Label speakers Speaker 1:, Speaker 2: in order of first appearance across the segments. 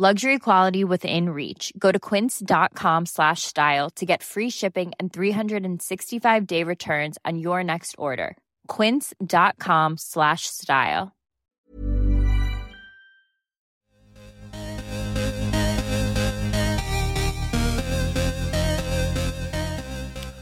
Speaker 1: Luxury quality within reach. Go to quince.com slash style to get free shipping and 365 day returns on your next order. Quince.com slash style.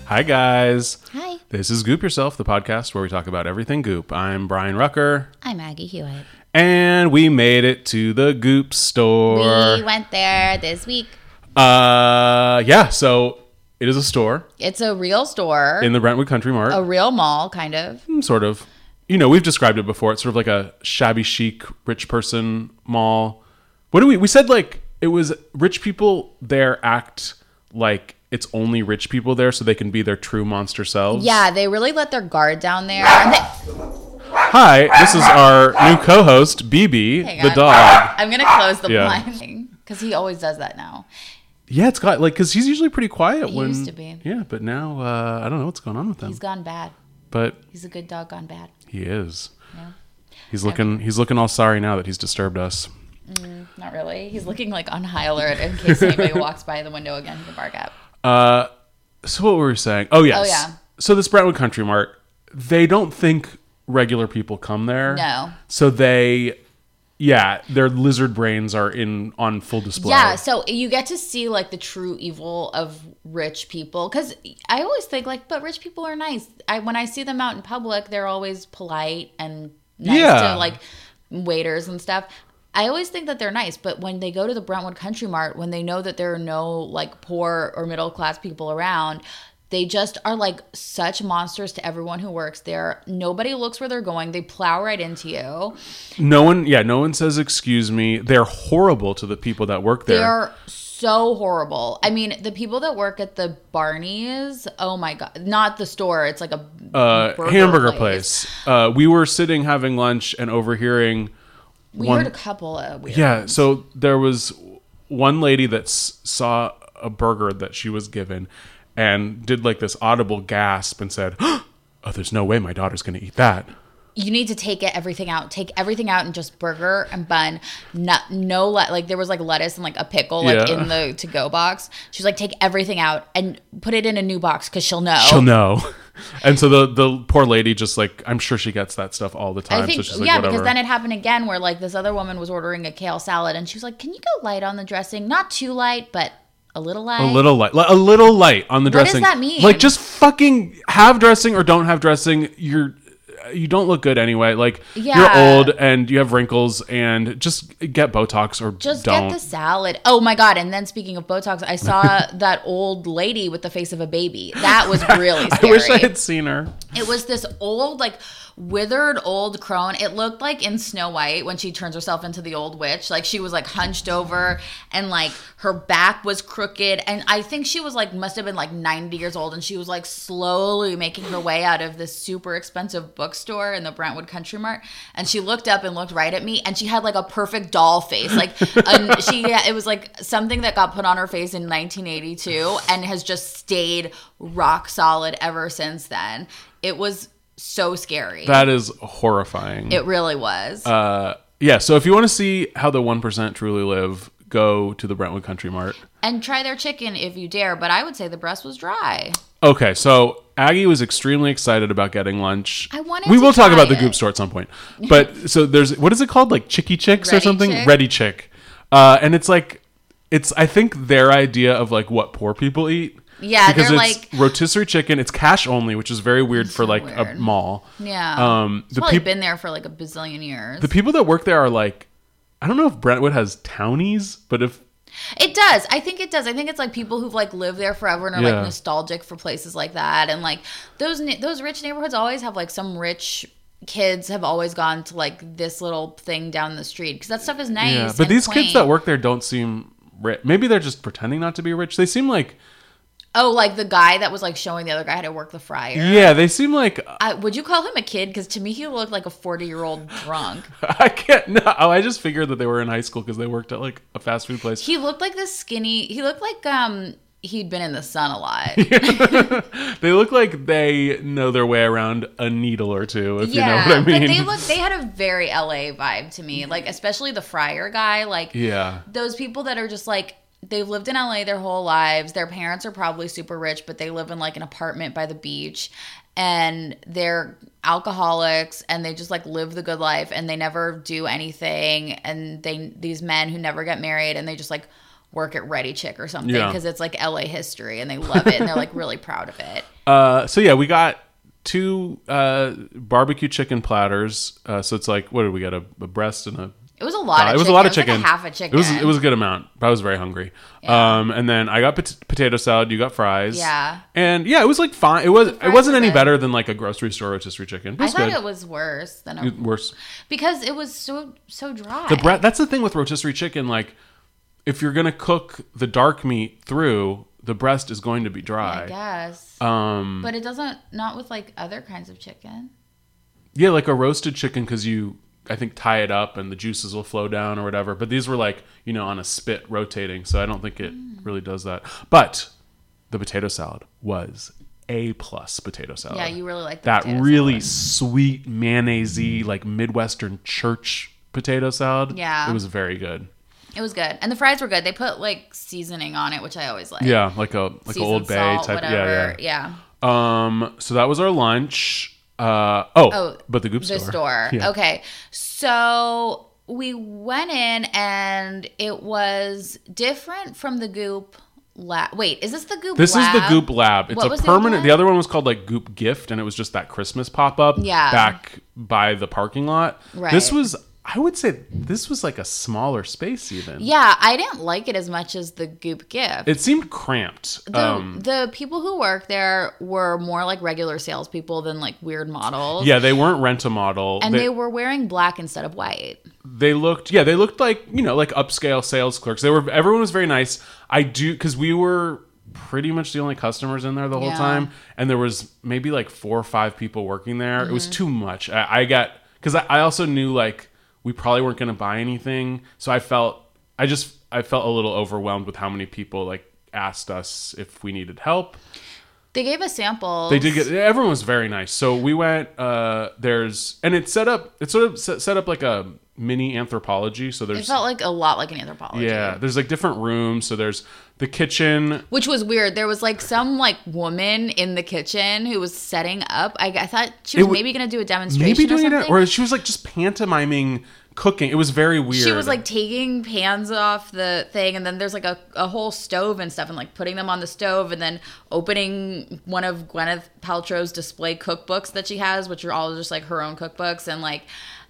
Speaker 2: Hi, guys.
Speaker 3: Hi,
Speaker 2: This is Goop Yourself, the podcast where we talk about everything goop. I'm Brian Rucker,
Speaker 3: I'm Aggie Hewitt.
Speaker 2: and we made it to the goop store.
Speaker 3: we went there this week.
Speaker 2: Uh, yeah, so it is a store
Speaker 3: It's a real store,
Speaker 2: in the Brentwood Country Mart.
Speaker 3: a real mall, kind of.
Speaker 2: Mm, Sort of. You know, we've described it before. It's sort of like a shabby chic rich person mall. What do we we said like it was rich people there act like it's only rich people there so they can be their true monster selves.
Speaker 3: Yeah, they really let their guard down there. And they-
Speaker 2: Hi, this is our new co-host BB,
Speaker 3: Hang
Speaker 2: the
Speaker 3: on.
Speaker 2: dog.
Speaker 3: I'm gonna close the
Speaker 2: Yeah.
Speaker 3: blind because he always does that now.
Speaker 2: Yeah, it's got like because he's usually pretty quiet. when
Speaker 3: used to be.
Speaker 2: Yeah, but now uh, I don't know what's going on with him.
Speaker 3: He's gone bad.
Speaker 2: but
Speaker 3: He's a good dog gone bad.
Speaker 2: he is. He's looking. He's looking all sorry now that he's disturbed us.
Speaker 3: Not really. He's looking like on high alert in case anybody walks by the window again. He can bark at.
Speaker 2: Uh, so what were we saying? Oh yes.
Speaker 3: Oh, yeah.
Speaker 2: So this Brentwood Country Mart, they don't think regular people come there.
Speaker 3: No.
Speaker 2: So they, yeah, their lizard brains are in on full display.
Speaker 3: Yeah, so you get to see like the true evil of rich people because I always think like, but rich people are nice. I when I see them out in public, they're always polite and nice
Speaker 2: Yeah.
Speaker 3: to like waiters and stuff. I always think that they're nice, but when they go to the Brentwood Country Mart, when they know that there are no like poor or middle class people around. They just are like such monsters to everyone who works there. Nobody looks where they're going. They plow right into you.
Speaker 2: No one. Yeah. No one says excuse me. They're horrible to the people that work there.
Speaker 3: They're so horrible. I mean, the people that work at the Barney's, oh my god, not the store. It's like a
Speaker 2: uh,
Speaker 3: burger
Speaker 2: hamburger
Speaker 3: place.
Speaker 2: place. Uh, we were sitting having lunch and overhearing.
Speaker 3: We
Speaker 2: one-
Speaker 3: heard a couple of weird.
Speaker 2: Yeah, so there was one lady that s- saw a burger that she was given and did like this audible gasp and said, "Oh, there's no way my daughter's going to eat that."
Speaker 3: You need to take it everything out. Take everything out and just burger and bun. Not no le- like there was like lettuce and like a pickle like
Speaker 2: Yeah.
Speaker 3: in the to go box. She's like take everything out and put it in a new box cuz she'll know.
Speaker 2: She'll know. And so the the poor lady just like I'm sure she gets that stuff all the time.
Speaker 3: I think
Speaker 2: so she's like,
Speaker 3: yeah,
Speaker 2: whatever.
Speaker 3: because then it happened again where like this other woman was ordering a kale salad and she was like, "Can you go light on the dressing? Not too light, but a little light."
Speaker 2: a little light, like, a little light on the
Speaker 3: does
Speaker 2: dressing.
Speaker 3: that mean?
Speaker 2: Like, just fucking have dressing or don't have dressing. You're you don't look good anyway. Like
Speaker 3: Yeah.
Speaker 2: you're old and you have wrinkles, and just get Botox or
Speaker 3: Just
Speaker 2: don't.
Speaker 3: get the salad. Oh my god! And then speaking of Botox, I saw that old lady with the face of a baby. That was really
Speaker 2: I
Speaker 3: scary.
Speaker 2: wish I had seen her.
Speaker 3: It was this old, like withered old crone. It looked like in Snow White when she turns herself into the old witch. Like she was like hunched over and like her back was crooked. And I think she was like must have been like 90 years old and she was like slowly making her way out of this super expensive bookstore in the Brentwood Country Mart. And she looked up and looked right at me and she had like a perfect doll face. Like an, she it was like something that got put on her face in 1982 and has just stayed rock solid ever since then. It was so scary.
Speaker 2: That Uh, is horrifying.
Speaker 3: it really was.
Speaker 2: yeah. So if you want to see how the one percent truly live, go to the Brentwood Country Mart.
Speaker 3: and try their chicken if you dare, but I would say the breast was dry.
Speaker 2: Okay, so Aggie was extremely excited about getting lunch.
Speaker 3: I wanted
Speaker 2: We
Speaker 3: to
Speaker 2: will talk
Speaker 3: try
Speaker 2: about the
Speaker 3: it.
Speaker 2: goop store at some point. But so there's what is it called? Like Chicky Chicks or
Speaker 3: Ready
Speaker 2: something?
Speaker 3: Chick?
Speaker 2: Ready Chick. Uh, and it's like it's I think their idea of like what poor people eat.
Speaker 3: Yeah,
Speaker 2: because
Speaker 3: they're
Speaker 2: it's
Speaker 3: like-
Speaker 2: rotisserie chicken. It's cash only, which is very weird for like a
Speaker 3: weird.
Speaker 2: mall.
Speaker 3: Yeah.
Speaker 2: Um,
Speaker 3: it's
Speaker 2: the
Speaker 3: probably
Speaker 2: peop-
Speaker 3: been there for like a bazillion years.
Speaker 2: the people that work there are like, I don't know if Brentwood has townies, but if
Speaker 3: It does. I think it does. I think it's like people who've like lived there forever and are
Speaker 2: Yeah.
Speaker 3: like nostalgic for places like that, and like those ne- those rich neighborhoods always have like some rich kids have always gone to like this little thing down the street because that stuff is nice.
Speaker 2: yeah, but
Speaker 3: and
Speaker 2: these kids
Speaker 3: quaint.
Speaker 2: that work there don't seem rich. Maybe they're just pretending not to be rich. They seem like
Speaker 3: oh, like the guy that was like showing the other guy how to work the fryer.
Speaker 2: yeah, they seem like
Speaker 3: I, would you call him a kid? Because to me, he looked like a forty-year-old drunk.
Speaker 2: I can't. No, oh, I just figured that they were in high school because they worked at like a fast food place.
Speaker 3: He looked like this skinny. He looked like um he'd been in the sun a lot.
Speaker 2: They look like they know their way around a needle or two, if you know what I mean.
Speaker 3: but they look they had a very LA vibe to me. Like especially the fryer guy, like
Speaker 2: yeah.
Speaker 3: those people that are just like they've lived in LA their whole lives. Their parents are probably super rich, but they live in like an apartment by the beach and they're alcoholics and they just like live the good life and they never do anything and they these men who never get married and they just like work at Ready Chick or something
Speaker 2: Yeah.
Speaker 3: because it's like LA history and they love it and they're like really proud of it.
Speaker 2: Uh, so yeah, we got two uh, barbecue chicken platters. Uh, so it's like, what did we get? A, a breast and a.
Speaker 3: It was a lot of
Speaker 2: Uh, it
Speaker 3: chicken.
Speaker 2: was a lot of
Speaker 3: like,
Speaker 2: chicken.
Speaker 3: half a chicken.
Speaker 2: It was it was a good amount, but I was very hungry. Um, and then I got pot- potato salad. You got fries.
Speaker 3: Yeah.
Speaker 2: And yeah, it was like fine. It was it
Speaker 3: fries
Speaker 2: wasn't
Speaker 3: were
Speaker 2: any
Speaker 3: good.
Speaker 2: better than like a grocery store rotisserie chicken. It
Speaker 3: I
Speaker 2: was
Speaker 3: thought
Speaker 2: good.
Speaker 3: it was worse than a,
Speaker 2: It- worse.
Speaker 3: because it was so so dry.
Speaker 2: The bre- that's the thing with rotisserie chicken. Like, if you're gonna cook the dark meat through, the breast is going to be
Speaker 3: I
Speaker 2: dry.
Speaker 3: guess,
Speaker 2: Um,
Speaker 3: but it doesn't. Not with like other kinds of chicken.
Speaker 2: yeah, like a roasted chicken because you, I think, tie it up and the juices will flow down or whatever. But these were like you know on a spit rotating, so I don't think it
Speaker 3: Mm.
Speaker 2: really does that. But the potato salad was a plus potato salad.
Speaker 3: Yeah, you really like the
Speaker 2: Oh, that
Speaker 3: potato
Speaker 2: really sweet mayonnaisey like midwestern church potato salad.
Speaker 3: Yeah.
Speaker 2: it was very good.
Speaker 3: It was good, and the fries were good. They put like seasoning on it, which I always like.
Speaker 2: Yeah, like a like
Speaker 3: Seasoned
Speaker 2: a Old Bay
Speaker 3: salt,
Speaker 2: type.
Speaker 3: Whatever.
Speaker 2: Yeah, yeah.
Speaker 3: yeah.
Speaker 2: Um, so that was our lunch. Uh, oh,
Speaker 3: Oh,
Speaker 2: but the goop
Speaker 3: the
Speaker 2: store.
Speaker 3: store.
Speaker 2: Yeah.
Speaker 3: Okay. So we went in and it was different from the goop lab. Wait, is this the goop
Speaker 2: This
Speaker 3: lab?
Speaker 2: is the Goop Lab. It's
Speaker 3: What was
Speaker 2: a
Speaker 3: the other
Speaker 2: permanent.
Speaker 3: one?
Speaker 2: The other one was called like Goop Gift, and it was just that Christmas pop up
Speaker 3: Yeah.
Speaker 2: back by the parking lot.
Speaker 3: Right.
Speaker 2: This was, I would say, this was like a smaller space even.
Speaker 3: Yeah, I didn't like it as much as the goop gift.
Speaker 2: It seemed cramped.
Speaker 3: The,
Speaker 2: um,
Speaker 3: the people who work there were more like regular salespeople than like weird models.
Speaker 2: yeah, they weren't rent a model.
Speaker 3: And they, were wearing black instead of white.
Speaker 2: they looked yeah they looked like you know like upscale sales clerks they were everyone was very nice i do because we were pretty much the only customers in there the whole
Speaker 3: Yeah.
Speaker 2: time and there was maybe like four or five people working there it
Speaker 3: Mm-hmm.
Speaker 2: was too much i, I got because I, I also knew like we probably weren't going to buy anything so i felt i just i felt a little overwhelmed with how many people like asked us if we needed help
Speaker 3: They gave us samples.
Speaker 2: they did get everyone was very nice. So we went. Uh, there's and it's set up. It's sort of set, set up like a mini anthropology. So
Speaker 3: It
Speaker 2: there's
Speaker 3: felt like a lot like an anthropology.
Speaker 2: yeah. There's like different rooms. So there's the kitchen.
Speaker 3: Which was weird. There was like some like woman in the kitchen who was setting up. I, I thought she
Speaker 2: It
Speaker 3: was
Speaker 2: wa-
Speaker 3: maybe going to do a demonstration.
Speaker 2: Maybe
Speaker 3: or
Speaker 2: doing it,
Speaker 3: something.
Speaker 2: or she was like just pantomiming cooking. It was very weird.
Speaker 3: She was like taking pans off the thing, and then there's like a, a whole stove and stuff, and like putting them on the stove, and then opening one of Gwyneth Paltrow's display cookbooks that she has, which are all just like her own cookbooks, and like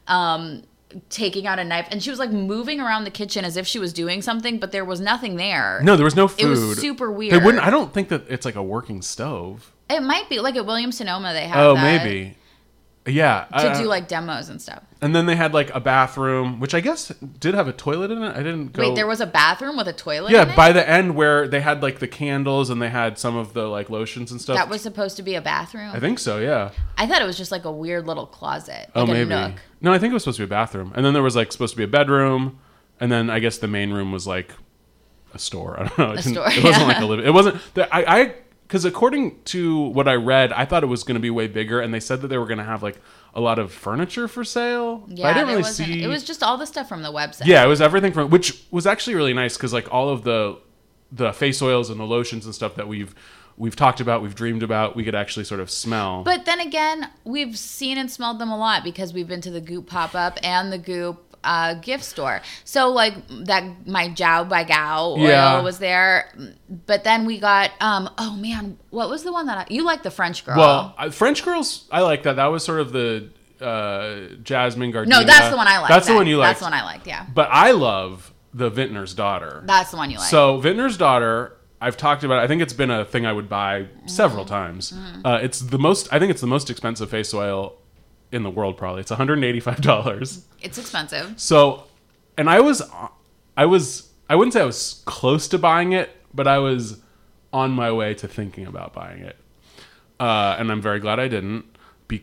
Speaker 3: um, taking out a knife. And she was like moving around the kitchen as if she was doing something, but there was nothing there.
Speaker 2: no, there was no food.
Speaker 3: It was super
Speaker 2: They
Speaker 3: weird.
Speaker 2: wouldn't. I don't think that it's like a working stove.
Speaker 3: It might be like at Williams Sonoma they have
Speaker 2: Oh,
Speaker 3: that
Speaker 2: maybe. Yeah. uh,
Speaker 3: to
Speaker 2: I-
Speaker 3: do like demos and stuff.
Speaker 2: and then they had like a bathroom, which I guess did have a toilet in it. I didn't go.
Speaker 3: Wait, there was a bathroom with a toilet. in
Speaker 2: Yeah,
Speaker 3: it?
Speaker 2: by the end where they had like the candles and they had some of the like lotions and stuff.
Speaker 3: that was supposed to be a bathroom.
Speaker 2: I think so, yeah.
Speaker 3: I thought it was just like a weird little closet, like
Speaker 2: oh,
Speaker 3: a
Speaker 2: maybe.
Speaker 3: nook.
Speaker 2: No, I think it was supposed to be a bathroom. And then there was like supposed to be a bedroom, and then I guess the main room was like a store. I don't know. It, didn't-
Speaker 3: store,
Speaker 2: it wasn't
Speaker 3: yeah.
Speaker 2: like a living. It wasn't the, I I cuz according to what I read, I thought it was going to be way bigger and they said that they were going to have like a lot of furniture for sale. but
Speaker 3: Yeah,
Speaker 2: I didn't
Speaker 3: there
Speaker 2: really
Speaker 3: wasn't.
Speaker 2: see
Speaker 3: It was just all the stuff from the website.
Speaker 2: Yeah, it was everything from which was actually really nice because like all of the the face oils and the lotions and stuff that we've we've talked about, we've dreamed about, we could actually sort of smell.
Speaker 3: But then again, we've seen and smelled them a lot because we've been to the Goop pop up and the Goop uh, gift store. So like that, my Jiao by Gao oil
Speaker 2: Yeah.
Speaker 3: was there. But then we got um oh man, what was the one that I, you like the French girl?
Speaker 2: Well, I, French girls, I like that. That was sort of the uh, Jasmine Gardena.
Speaker 3: no, that's the one I like.
Speaker 2: That's the one you like.
Speaker 3: That's the one I liked. Yeah,
Speaker 2: But I love the Vintner's daughter.
Speaker 3: that's the one you like.
Speaker 2: So Vintner's daughter, I've talked about. it. I think it's been a thing I would buy
Speaker 3: Mm-hmm.
Speaker 2: several times. Uh, it's the most. I think it's the most expensive face oil in the world. Probably it's one hundred and eighty-five dollars.
Speaker 3: it's expensive.
Speaker 2: So, and I was, I was, I wouldn't say I was close to buying it, but I was on my way to thinking about buying it. Uh, and I'm very glad I didn't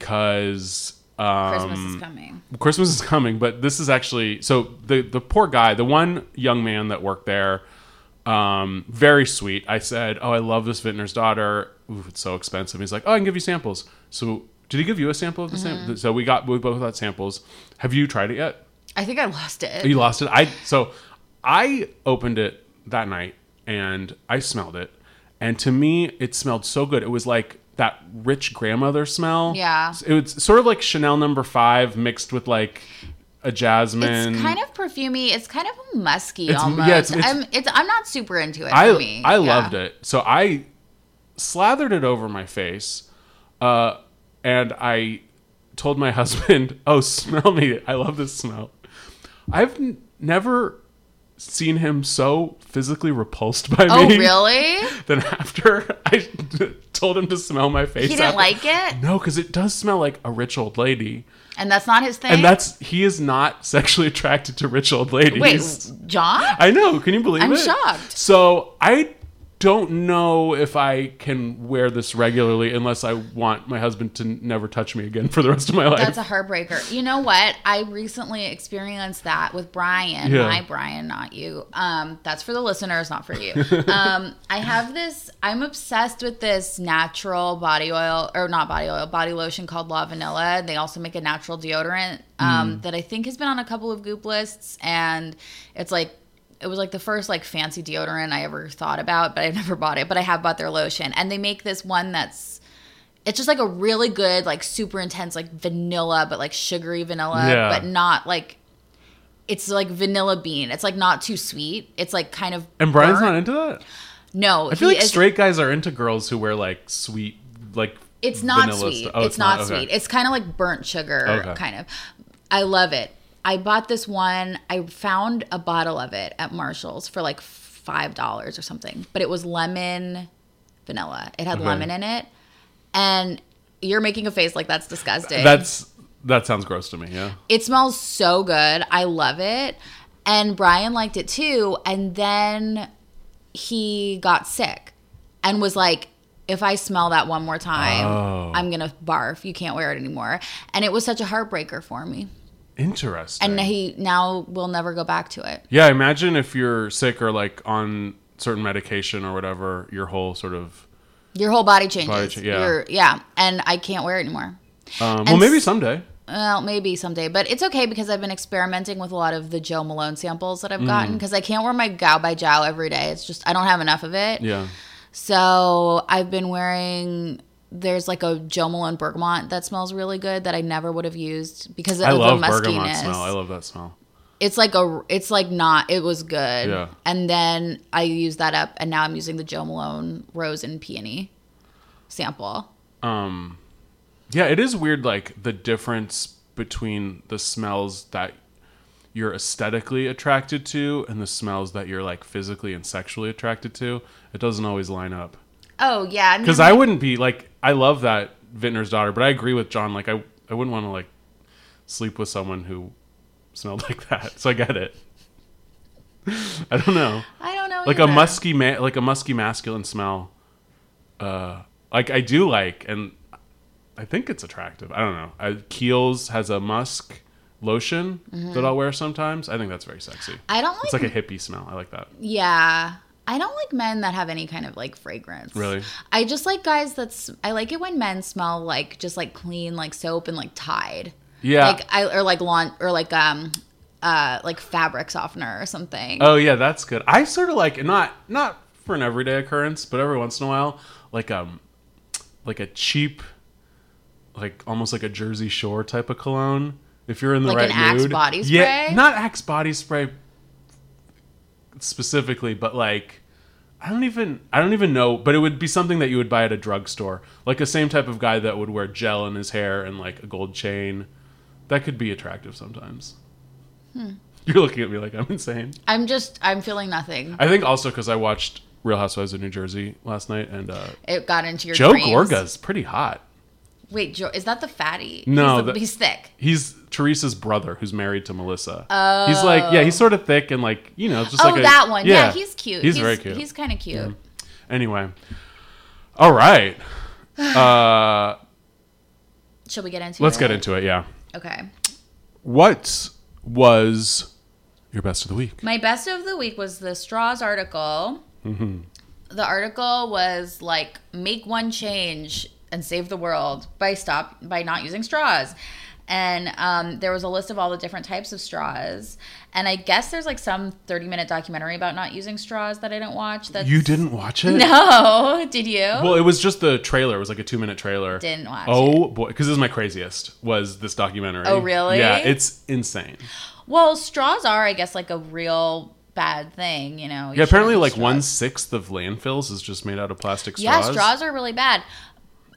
Speaker 2: because um,
Speaker 3: Christmas is coming.
Speaker 2: Christmas is coming, but this is actually so the the poor guy, the one young man that worked there, um, very sweet. I said, "Oh, I love this vintner's daughter. Ooh, it's so expensive." He's like, "Oh, I can give you samples." So, did he give you a sample of the sample? So we got we both got samples. Have you tried it yet?
Speaker 3: I think I lost it.
Speaker 2: You lost it. I so I opened it that night and I smelled it, and to me it smelled so good. It was like that rich grandmother smell.
Speaker 3: Yeah.
Speaker 2: it was sort of like Chanel Number Five mixed with like a jasmine.
Speaker 3: It's kind of perfumey. It's kind of musky
Speaker 2: It's- yeah,
Speaker 3: almost.
Speaker 2: it's- it's-
Speaker 3: I'm, it's, I'm not super into it.
Speaker 2: I
Speaker 3: for me.
Speaker 2: I
Speaker 3: Yeah.
Speaker 2: loved it. So I slathered it over my face, uh, and I told my husband, "Oh, smell me! I love this smell." I've n- never seen him so physically repulsed by
Speaker 3: Oh
Speaker 2: me.
Speaker 3: really?
Speaker 2: Then after I told him to smell my face,
Speaker 3: He didn't
Speaker 2: after-
Speaker 3: like it,
Speaker 2: No, because it does smell like a rich old lady,
Speaker 3: and that's not his thing.
Speaker 2: and that's he is not sexually attracted to rich old ladies.
Speaker 3: wait, John.
Speaker 2: I know. Can you believe
Speaker 3: I'm
Speaker 2: it?
Speaker 3: shocked.
Speaker 2: So I don't know if I can wear this regularly unless I want my husband to never touch me again for the rest of my life.
Speaker 3: That's a heartbreaker. You know what? I recently experienced that with Brian.
Speaker 2: Yeah.
Speaker 3: My Brian, not you. Um, that's for the listeners, not for you. um, I have this. I'm obsessed with this natural body oil, or not body oil, body lotion called La Vanilla. They also make a natural deodorant
Speaker 2: Mm-hmm.
Speaker 3: um, that I think has been on a couple of Goop lists, and it's like. It was like the first like fancy deodorant I ever thought about, but I've never bought it. But I have bought their lotion, and they make this one that's it's just like a really good like super intense like vanilla but like sugary vanilla
Speaker 2: Yeah.
Speaker 3: but not like it's like vanilla bean it's like not too sweet it's like kind of
Speaker 2: and Brian's
Speaker 3: burnt.
Speaker 2: not into that.
Speaker 3: no
Speaker 2: I feel
Speaker 3: he
Speaker 2: like
Speaker 3: is-
Speaker 2: straight guys are into girls who wear like sweet, like
Speaker 3: it's not
Speaker 2: vanilla
Speaker 3: sweet
Speaker 2: stuff. Oh,
Speaker 3: it's, not,
Speaker 2: okay.
Speaker 3: sweet it's kind of like burnt sugar
Speaker 2: Okay.
Speaker 3: kind of i love it i bought this one i found a bottle of it at marshall's for like five dollars or something but it was lemon vanilla it had lemon in it and you're making a face like that's disgusting
Speaker 2: That's that sounds gross to me. Yeah.
Speaker 3: It smells so good. I love it. And Brian liked it too. And then he got sick and was like, if I smell that one more time,
Speaker 2: Oh.
Speaker 3: I'm going to barf. You can't wear it anymore. And it was such a heartbreaker for me.
Speaker 2: Interesting.
Speaker 3: And he now will never go back to it.
Speaker 2: yeah, imagine if you're sick or like on certain medication or whatever, your whole sort of.
Speaker 3: Your whole body changes.
Speaker 2: Body cha- yeah.
Speaker 3: Your- yeah. And I can't wear it anymore.
Speaker 2: Um, well, maybe someday.
Speaker 3: Well, maybe someday, but it's okay because I've been experimenting with a lot of the Joe Malone samples that
Speaker 2: Mm.
Speaker 3: I've gotten because I can't wear my Gao by Jow every day. It's just, I don't have enough of it.
Speaker 2: Yeah.
Speaker 3: So I've been wearing. There's like a Joe Malone bergamot that smells really good that I never would have used because of
Speaker 2: I love
Speaker 3: Oh, the
Speaker 2: bergamot
Speaker 3: muskiness.
Speaker 2: smell. I love that smell.
Speaker 3: it's like a. It's like not. It was good.
Speaker 2: Yeah.
Speaker 3: And then I used that up, and now I'm using the Joe Malone rose and peony sample.
Speaker 2: Um, Yeah, it is weird, like the difference between the smells that you're aesthetically attracted to and the smells that you're like physically and sexually attracted to. It doesn't always line up.
Speaker 3: Oh yeah.
Speaker 2: Because I wouldn't be like, I love that Vintner's daughter, but I agree with John. Like, I, I wouldn't want to like sleep with someone who smelled like that. So I get it. I don't know.
Speaker 3: I don't know.
Speaker 2: Like a
Speaker 3: either.
Speaker 2: musky, ma- like a musky masculine smell. Uh, like I do like, and I think it's attractive. I don't know. I, Kiehl's has a musk lotion that I'll wear sometimes. I think that's very sexy.
Speaker 3: Mm-hmm. I don't
Speaker 2: it's
Speaker 3: like.
Speaker 2: like a hippie smell. I like that.
Speaker 3: yeah. I don't like men that have any kind of like fragrance.
Speaker 2: Really?
Speaker 3: I just like guys that's. I like it when men smell like just like clean, like soap and like Tide.
Speaker 2: Yeah.
Speaker 3: like I or like lawn or like um uh like fabric softener or something.
Speaker 2: oh yeah, that's good. I sort of like not not for an everyday occurrence, but every once in a while, like um, like a cheap, like almost like a Jersey Shore type of cologne. If you're in the
Speaker 3: Like
Speaker 2: right
Speaker 3: an Axe
Speaker 2: mood,
Speaker 3: body
Speaker 2: yeah,
Speaker 3: spray?
Speaker 2: not Axe body spray specifically, but like I don't even I don't even know, but it would be something that you would buy at a drugstore, like the same type of guy that would wear gel in his hair and like a gold chain. That could be attractive sometimes.
Speaker 3: Hmm.
Speaker 2: You're looking at me like I'm insane.
Speaker 3: I'm just I'm feeling nothing.
Speaker 2: I think also because I watched Real Housewives of New Jersey last night, and uh,
Speaker 3: It got into your
Speaker 2: Joe
Speaker 3: dreams.
Speaker 2: Gorga's pretty hot.
Speaker 3: Wait, Joe, is that the fatty?
Speaker 2: No,
Speaker 3: he's, the-
Speaker 2: that-
Speaker 3: he's thick.
Speaker 2: He's Teresa's brother, who's married to Melissa. Oh, he's like yeah, he's sort of thick and like you know just
Speaker 3: Oh,
Speaker 2: like a-
Speaker 3: that one. Yeah, he's cute.
Speaker 2: He's, very cute.
Speaker 3: He's kind of cute.
Speaker 2: anyway, all right,
Speaker 3: Should we get into?
Speaker 2: let's
Speaker 3: it?
Speaker 2: get into it. Yeah,
Speaker 3: Okay.
Speaker 2: what was your best of the week?
Speaker 3: My best of the week was the straws article.
Speaker 2: Mm-hmm.
Speaker 3: The article was like make one change and save the world by stop by not using straws. And um, there was a list of all the different types of straws. And I guess there's like some 30 minute documentary about not using straws that I didn't watch. That
Speaker 2: You didn't watch it?
Speaker 3: no, did you?
Speaker 2: Well, it was just the trailer. It was like a two-minute trailer.
Speaker 3: Didn't watch
Speaker 2: Oh boy, because this is my craziest. Was this documentary?
Speaker 3: Oh, really?
Speaker 2: Yeah, it's insane.
Speaker 3: well, straws are, I guess, like a real bad thing. You know. You
Speaker 2: Yeah, apparently,
Speaker 3: shouldn't
Speaker 2: like
Speaker 3: straw-
Speaker 2: one sixth of landfills is just made out of plastic
Speaker 3: Yeah,
Speaker 2: straws.
Speaker 3: straws are really bad.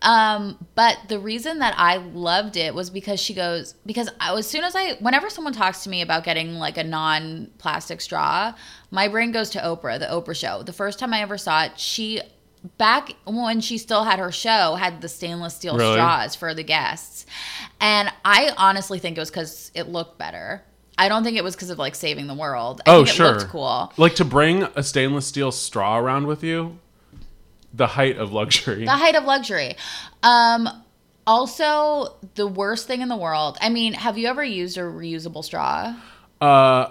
Speaker 3: Um, but the reason that I loved it was because she goes because I, as soon as I whenever someone talks to me about getting like a non-plastic straw, my brain goes to Oprah, the Oprah show. The first time I ever saw it, she back when she still had her show had the stainless steel
Speaker 2: Really?
Speaker 3: straws for the guests. And I honestly think it was cuz it looked better. I don't think it was cuz of like saving the world. I
Speaker 2: oh,
Speaker 3: think it
Speaker 2: sure.
Speaker 3: looked cool.
Speaker 2: Like to bring a stainless steel straw around with you, the height of luxury.
Speaker 3: the height of luxury. Um, also, the worst thing in the world. I mean, have you ever used a reusable straw?
Speaker 2: uh,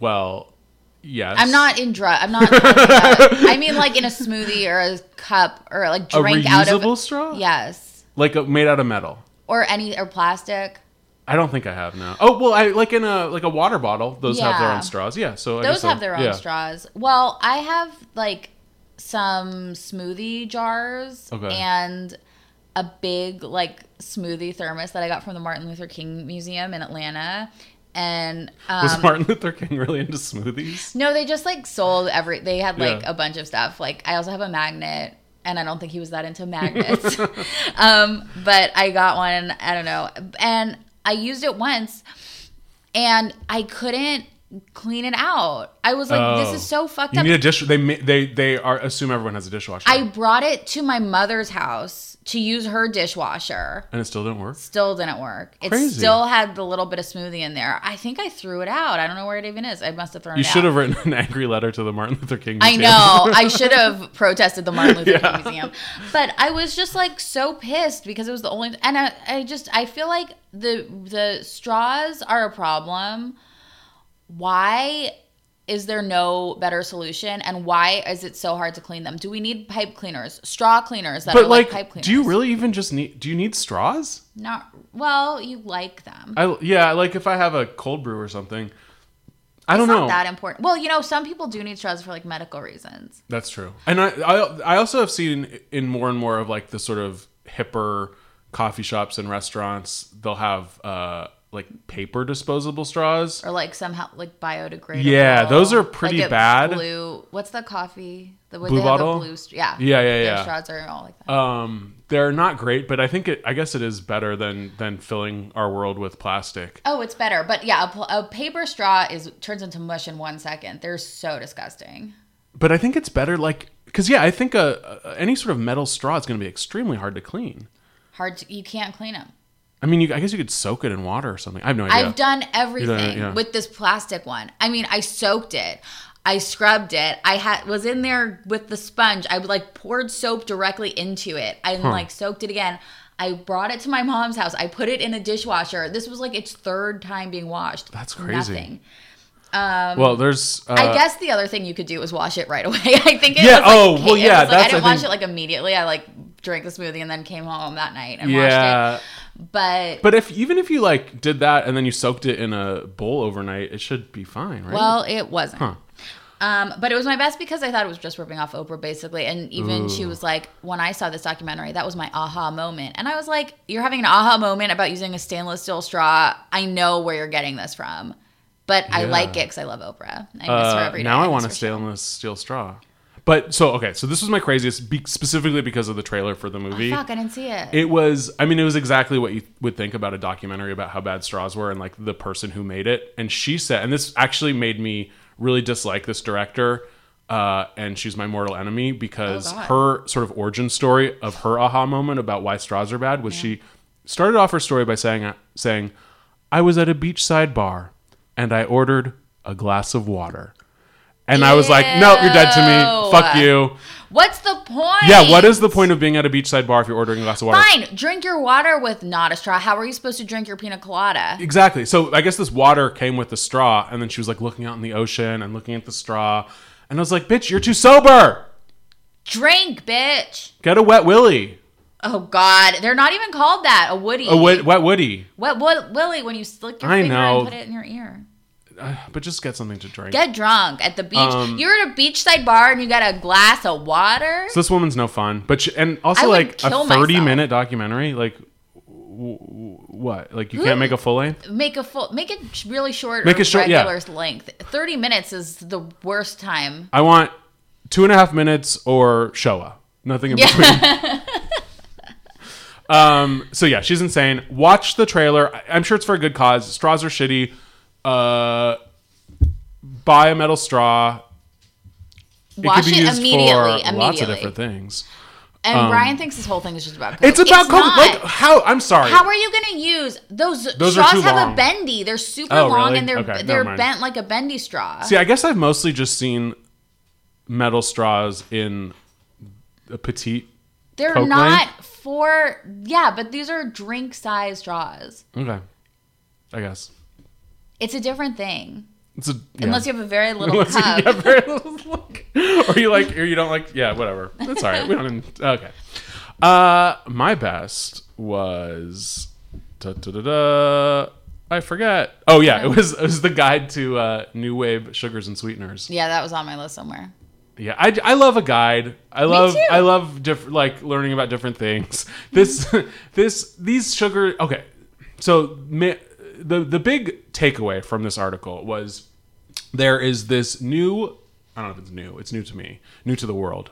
Speaker 2: well, yes.
Speaker 3: I'm not in drug. I'm not. talking about- I mean, like in a smoothie or a cup or like
Speaker 2: a
Speaker 3: drink out
Speaker 2: reusable
Speaker 3: of.
Speaker 2: straw.
Speaker 3: Yes,
Speaker 2: like a, made out of metal.
Speaker 3: or any or plastic.
Speaker 2: I don't think I have now. Oh well, I like in a like a water bottle. Those have their
Speaker 3: Yeah.
Speaker 2: own straws. Yeah, so I guess
Speaker 3: Those
Speaker 2: so.
Speaker 3: have their own
Speaker 2: Yeah.
Speaker 3: straws. Well, I have like some smoothie jars
Speaker 2: Okay.
Speaker 3: and a big like smoothie thermos that I got from the Martin Luther King Museum in Atlanta. And um,
Speaker 2: Was Martin Luther King really into smoothies?
Speaker 3: No, they just like sold every. They had like
Speaker 2: Yeah.
Speaker 3: a bunch of stuff. Like I also have a magnet, and I don't think he was that into magnets. um, but I got one. I don't know, and I used it once, and I couldn't clean it out. I was like,
Speaker 2: Oh.
Speaker 3: this is so fucked
Speaker 2: You
Speaker 3: up.
Speaker 2: need a dish. They ma- they they are assume everyone has a dishwasher,
Speaker 3: I brought it to my mother's house to use her dishwasher.
Speaker 2: and it still didn't work.
Speaker 3: Still didn't work. It
Speaker 2: Crazy.
Speaker 3: still had the little bit of smoothie in there. I think I threw it out. I don't know where it even is. I must have thrown
Speaker 2: You
Speaker 3: it out.
Speaker 2: should have written an angry letter to the Martin Luther King.
Speaker 3: I
Speaker 2: Museum.
Speaker 3: know. I should have protested the Martin Luther King Museum. But I was just like so pissed because it was the only and I, I just I feel like the the straws are a problem. Why is there no better solution and why is it so hard to clean them? Do we need pipe cleaners, straw cleaners that
Speaker 2: but
Speaker 3: are like,
Speaker 2: like,
Speaker 3: pipe cleaners?
Speaker 2: do you really even just need? Do you need straws?
Speaker 3: not well, you like them.
Speaker 2: I yeah, like if I have a cold brew or something, I don't
Speaker 3: it's not
Speaker 2: know.
Speaker 3: that important. Well, you know, some people do need straws for like medical reasons.
Speaker 2: That's true. And I, I I also have seen in more and more of like the sort of hipper coffee shops and restaurants, they'll have uh like paper disposable straws.
Speaker 3: or like somehow like biodegradable.
Speaker 2: Yeah, those are pretty
Speaker 3: Like, it's
Speaker 2: bad.
Speaker 3: Blue. What's the coffee? The would
Speaker 2: Blue
Speaker 3: they have
Speaker 2: bottle?
Speaker 3: The blue, st- yeah.
Speaker 2: Yeah, yeah,
Speaker 3: Their
Speaker 2: yeah.
Speaker 3: straws are all like that.
Speaker 2: Um they're not great, but I think it I guess it is better than than filling our world with plastic.
Speaker 3: oh, it's better, but yeah, a, pl- a paper straw is turns into mush in one second. They're so disgusting.
Speaker 2: But I think it's better like cuz yeah, I think a, a any sort of metal straw is going to be extremely hard to clean.
Speaker 3: Hard. To, you can't clean them.
Speaker 2: I mean, you, I guess you could soak it in water or something. I have no idea.
Speaker 3: I've done everything
Speaker 2: yeah.
Speaker 3: with this plastic one. I mean, I soaked it. I scrubbed it. I had was in there with the sponge. I like poured soap directly into it and like soaked it again. I brought it to my mom's house. I put it in a dishwasher. This was like its third time being washed.
Speaker 2: That's crazy.
Speaker 3: Nothing.
Speaker 2: well, there's uh,
Speaker 3: I guess the other thing you could do is wash it right away. I think it
Speaker 2: Yeah,
Speaker 3: was, like,
Speaker 2: oh, well,
Speaker 3: it
Speaker 2: yeah,
Speaker 3: was, like,
Speaker 2: that's,
Speaker 3: I didn't
Speaker 2: I
Speaker 3: wash
Speaker 2: think-
Speaker 3: it like immediately. I like drank the smoothie and then came home that night and
Speaker 2: yeah.
Speaker 3: washed it. But
Speaker 2: But if even if you like did that and then you soaked it in a bowl overnight, it should be fine, right?
Speaker 3: Well, it wasn't. Um, but it was my best because I thought it was just ripping off Oprah basically. And even she was like, when I saw this documentary, that was my aha moment. And I was like, you're having an aha moment about using a stainless steel straw. I know where you're getting this from, but I
Speaker 2: Yeah.
Speaker 3: like it because I love Oprah. I miss her
Speaker 2: Uh,
Speaker 3: every day.
Speaker 2: now I
Speaker 3: miss
Speaker 2: want
Speaker 3: her
Speaker 2: a
Speaker 3: so
Speaker 2: stainless steel straw. But so okay, so this was my craziest, be- specifically because of the trailer for the movie.
Speaker 3: Fuck, I didn't see it.
Speaker 2: It was, I mean, it was exactly what you would think about a documentary about how bad straws were and like the person who made it. And she said, and this actually made me really dislike this director. Uh, and she's my mortal enemy because
Speaker 3: Oh, God.
Speaker 2: her sort of origin story of her aha moment about why straws are bad was she started off her story by saying, saying, I was at a beachside bar and I ordered a glass of water. And I was like, no, you're dead to me.
Speaker 3: Ew.
Speaker 2: Fuck you.
Speaker 3: What's the point?
Speaker 2: Yeah, what is the point of being at a beachside bar if you're ordering a glass of water?
Speaker 3: Fine, drink your water with not a straw. How are you supposed to drink your pina colada?
Speaker 2: Exactly. So I guess this water came with the straw, and then she was like looking out in the ocean and looking at the straw, and I was like, "Bitch, you're too sober.
Speaker 3: Drink, bitch.
Speaker 2: Get a wet willy,
Speaker 3: Oh God, they're not even called that. A woody.
Speaker 2: a wet, wet woody,
Speaker 3: What, what, Willie? When you slick your
Speaker 2: I
Speaker 3: finger
Speaker 2: know.
Speaker 3: and put it in your ear.
Speaker 2: but just get something to drink."
Speaker 3: Get drunk at the beach.
Speaker 2: Um,
Speaker 3: You're at a beachside bar and you got a glass of water.
Speaker 2: so this woman's no fun, but she, and also
Speaker 3: I would
Speaker 2: like a
Speaker 3: kill
Speaker 2: thirty-minute documentary, like w- w- what? Like you can't make a full length.
Speaker 3: make a full, make it sh- really short.
Speaker 2: Make
Speaker 3: or
Speaker 2: it short, yeah.
Speaker 3: regular length. Thirty minutes is the worst time.
Speaker 2: I want two and a half minutes or Showa. Nothing in between. um, so yeah, she's insane. Watch the trailer. I- I'm sure it's for a good cause. Straws are shitty. Uh, buy a metal straw. It
Speaker 3: Watch it,
Speaker 2: used
Speaker 3: immediately. immediately.
Speaker 2: lots of different things.
Speaker 3: And Brian thinks this whole thing is just about. Coke.
Speaker 2: Um, It's about COVID.
Speaker 3: not.
Speaker 2: Like how? I'm sorry.
Speaker 3: How are you going to use those,
Speaker 2: Those are too
Speaker 3: straws? Have
Speaker 2: long.
Speaker 3: a bendy. They're super
Speaker 2: Oh,
Speaker 3: long
Speaker 2: really?
Speaker 3: and they're
Speaker 2: Okay, never
Speaker 3: they're
Speaker 2: mind.
Speaker 3: bent like a bendy straw.
Speaker 2: See, I guess I've mostly just seen metal straws in a petite.
Speaker 3: they're
Speaker 2: Coke
Speaker 3: not
Speaker 2: length?
Speaker 3: for yeah, but these are drink size straws.
Speaker 2: Okay, I guess
Speaker 3: It's a different thing.
Speaker 2: it's a yeah.
Speaker 3: Unless you have a very little
Speaker 2: Unless you
Speaker 3: cup.
Speaker 2: get very little look. or you like, or you don't like. Yeah, whatever. That's all right. We don't. Even, okay. Uh, my best was. Da, da, da, da, I forget. Oh yeah, it was it was the guide to uh, new wave sugars and sweeteners.
Speaker 3: Yeah, that was on my list somewhere.
Speaker 2: Yeah, I, I love a guide. I love
Speaker 3: too.
Speaker 2: I love diff- like learning about different things. This this these sugar okay. So ma- the the big takeaway from this article was there is this new I don't know if it's new. It's new to me, new to the world.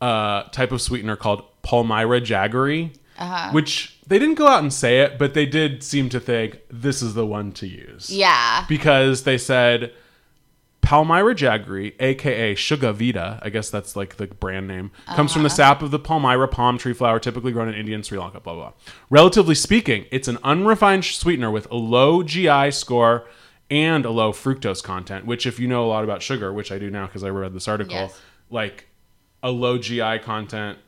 Speaker 2: Uh, type of sweetener called Palmyra jaggery, which they didn't go out and say it, but they did seem to think this is the one to use
Speaker 3: Yeah.
Speaker 2: because they said Palmyra jaggery, aka Suga Vita, I guess that's like the brand name, comes
Speaker 3: Uh-huh.
Speaker 2: from the sap of the Palmyra palm tree flower, typically grown in India and Sri Lanka, blah, blah, blah. Relatively speaking, it's an unrefined sh- sweetener with a low GI score and a low fructose content, which, if you know a lot about sugar, which I do now because I read this article,
Speaker 3: Yes.
Speaker 2: like a low GI content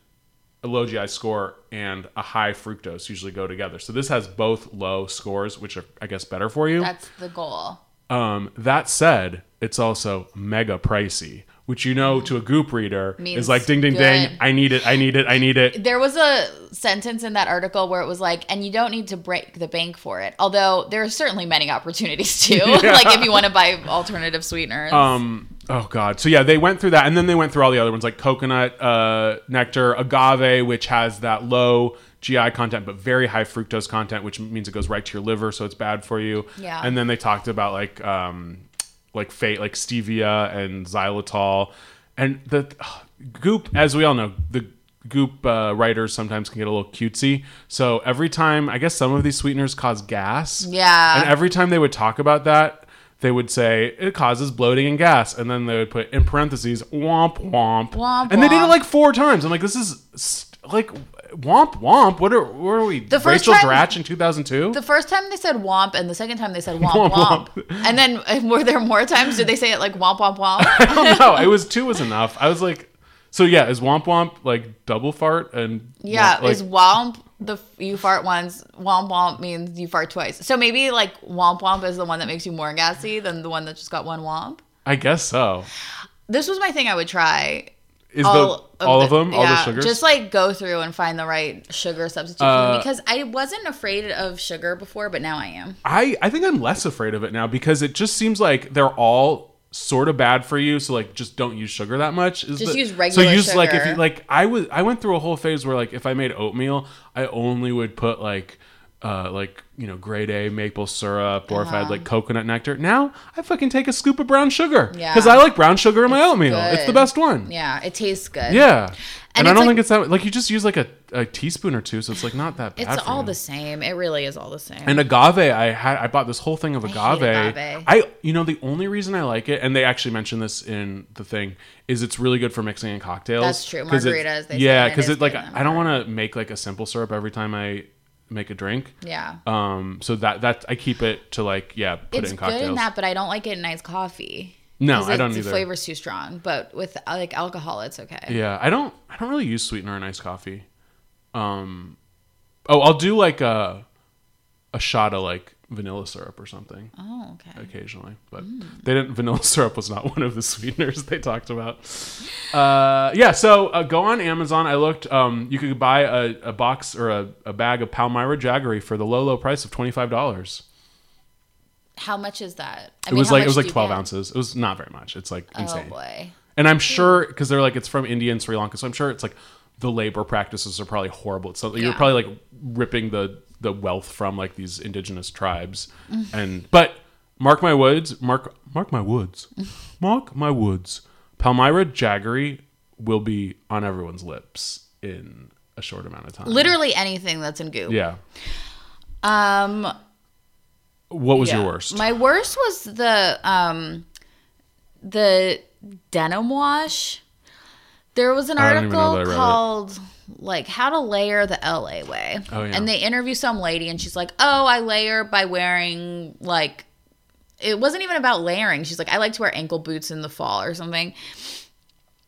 Speaker 2: a low GI score and a high fructose usually go together. So this has both low scores, which are I guess better for you.
Speaker 3: That's the goal.
Speaker 2: Um, that said, it's also mega pricey, which you know to a goop reader
Speaker 3: Means
Speaker 2: is like ding ding ding.
Speaker 3: good.
Speaker 2: I need it. I need it. I need it.
Speaker 3: There was a sentence in that article where it was like, and you don't need to break the bank for it. Although there are certainly many opportunities too. like if you want to buy alternative sweeteners.
Speaker 2: Um, oh god. So yeah, they went through that, and then they went through all the other ones like coconut uh, nectar, agave, which has that low GI content but very high fructose content, which means it goes right to your liver, so it's bad for you.
Speaker 3: Yeah.
Speaker 2: And then they talked about like um, like fate, like stevia and xylitol, and the ugh, goop. As we all know, the goop uh, writers sometimes can get a little cutesy. So every time, I guess some of these sweeteners cause gas.
Speaker 3: Yeah.
Speaker 2: And every time they would talk about that, they would say it causes bloating and gas, and then they would put in parentheses womp womp.
Speaker 3: Womp,
Speaker 2: and they did it
Speaker 3: womp.
Speaker 2: like four times. I'm like, this is st- like womp womp. What are what are we?
Speaker 3: The first
Speaker 2: Rachel
Speaker 3: time-
Speaker 2: Dratch in 2002.
Speaker 3: the first time they said womp, and the second time they said
Speaker 2: Womp,
Speaker 3: womp womp.
Speaker 2: womp.
Speaker 3: And then uh, were there more times? Did they say it like womp womp womp?
Speaker 2: I don't know. It was two was enough. I was like, so yeah, is womp womp like double fart and
Speaker 3: Yeah,
Speaker 2: womp, like,
Speaker 3: is womp the f- you fart once? Womp womp means you fart twice. So maybe like womp womp is the one that makes you more gassy than the one that just got one womp.
Speaker 2: I guess so.
Speaker 3: This was my thing I would try.
Speaker 2: Is the all of them all the sugars? Uh,
Speaker 3: Just like go through and find the right sugar substitute because I wasn't afraid of sugar before, but now I am.
Speaker 2: I I think I'm less afraid of it now because it just seems like they're all sort of bad for you. So like, just don't use sugar that much. Is
Speaker 3: Just
Speaker 2: the-
Speaker 3: use regular
Speaker 2: So use like if
Speaker 3: sugar.
Speaker 2: you like, I was I went through a whole phase where like if I made oatmeal, I only would put like. Uh, like you know, grade A maple syrup, or if I
Speaker 3: Uh-huh.
Speaker 2: had like coconut nectar. Now I fucking take a scoop of brown sugar
Speaker 3: Yeah.
Speaker 2: because I like brown sugar in my oatmeal. It's the
Speaker 3: good.
Speaker 2: best one.
Speaker 3: Yeah, it tastes good.
Speaker 2: Yeah. And, I don't
Speaker 3: it's like-
Speaker 2: think it's that like you just use like a, a teaspoon or two, so it's like not that bad.
Speaker 3: It's
Speaker 2: for
Speaker 3: all
Speaker 2: you.
Speaker 3: the same. It really is all the same.
Speaker 2: And agave, I had I bought this whole thing of agave.
Speaker 3: agave.
Speaker 2: I you know the only reason I like it, and they actually mentioned this in the thing, is it's really good for mixing in cocktails.
Speaker 3: That's true.
Speaker 2: 'Cause it-
Speaker 3: Margaritas, they say,
Speaker 2: yeah,
Speaker 3: and it
Speaker 2: because
Speaker 3: is
Speaker 2: it, like
Speaker 3: good in
Speaker 2: I don't want to make like a simple syrup every time I make a drink.
Speaker 3: yeah.
Speaker 2: Um. So that that I keep it to like yeah, put
Speaker 3: it's
Speaker 2: it in
Speaker 3: good
Speaker 2: cocktails.
Speaker 3: in that, but I don't like it in iced coffee.
Speaker 2: No,
Speaker 3: 'Cause
Speaker 2: I
Speaker 3: it-
Speaker 2: don't
Speaker 3: the
Speaker 2: either.
Speaker 3: flavor's too strong, but with uh, like alcohol, it's okay.
Speaker 2: Yeah, I don't I don't really use sweetener in iced coffee. Um Oh, I'll do like a a shot of like vanilla syrup or something
Speaker 3: Oh, okay.
Speaker 2: occasionally. But they didn't vanilla syrup was not one of the sweeteners they talked about. Uh yeah, so uh, go on Amazon. I looked um you could buy a, a box or a, a bag of Palmyra Jaggery for the low low price of $25.
Speaker 3: How much is that? I
Speaker 2: it was
Speaker 3: how
Speaker 2: like
Speaker 3: much
Speaker 2: it was
Speaker 3: do
Speaker 2: like
Speaker 3: you
Speaker 2: 12
Speaker 3: get?
Speaker 2: ounces. It was not very much. It's like
Speaker 3: Oh
Speaker 2: insane.
Speaker 3: boy.
Speaker 2: And I'm sure because they're like it's from India and Sri Lanka, so I'm sure it's like the labor practices are probably horrible. It's something you're
Speaker 3: Yeah.
Speaker 2: probably like ripping the the wealth from like these indigenous tribes. and but mark my words, mark mark my words, mark my words. Palmyra Jaggery will be on everyone's lips in a short amount of time.
Speaker 3: Literally anything that's in goop.
Speaker 2: Yeah.
Speaker 3: Um,
Speaker 2: What was
Speaker 3: yeah.
Speaker 2: your worst?
Speaker 3: My worst was the um, the denim wash. There was an
Speaker 2: I don't even know
Speaker 3: article
Speaker 2: that I read it.
Speaker 3: called like how to layer the LA way.
Speaker 2: Oh, yeah.
Speaker 3: And they interview some lady and she's like, "Oh, I layer by wearing like it wasn't even about layering. She's like, "I like to wear ankle boots in the fall or something."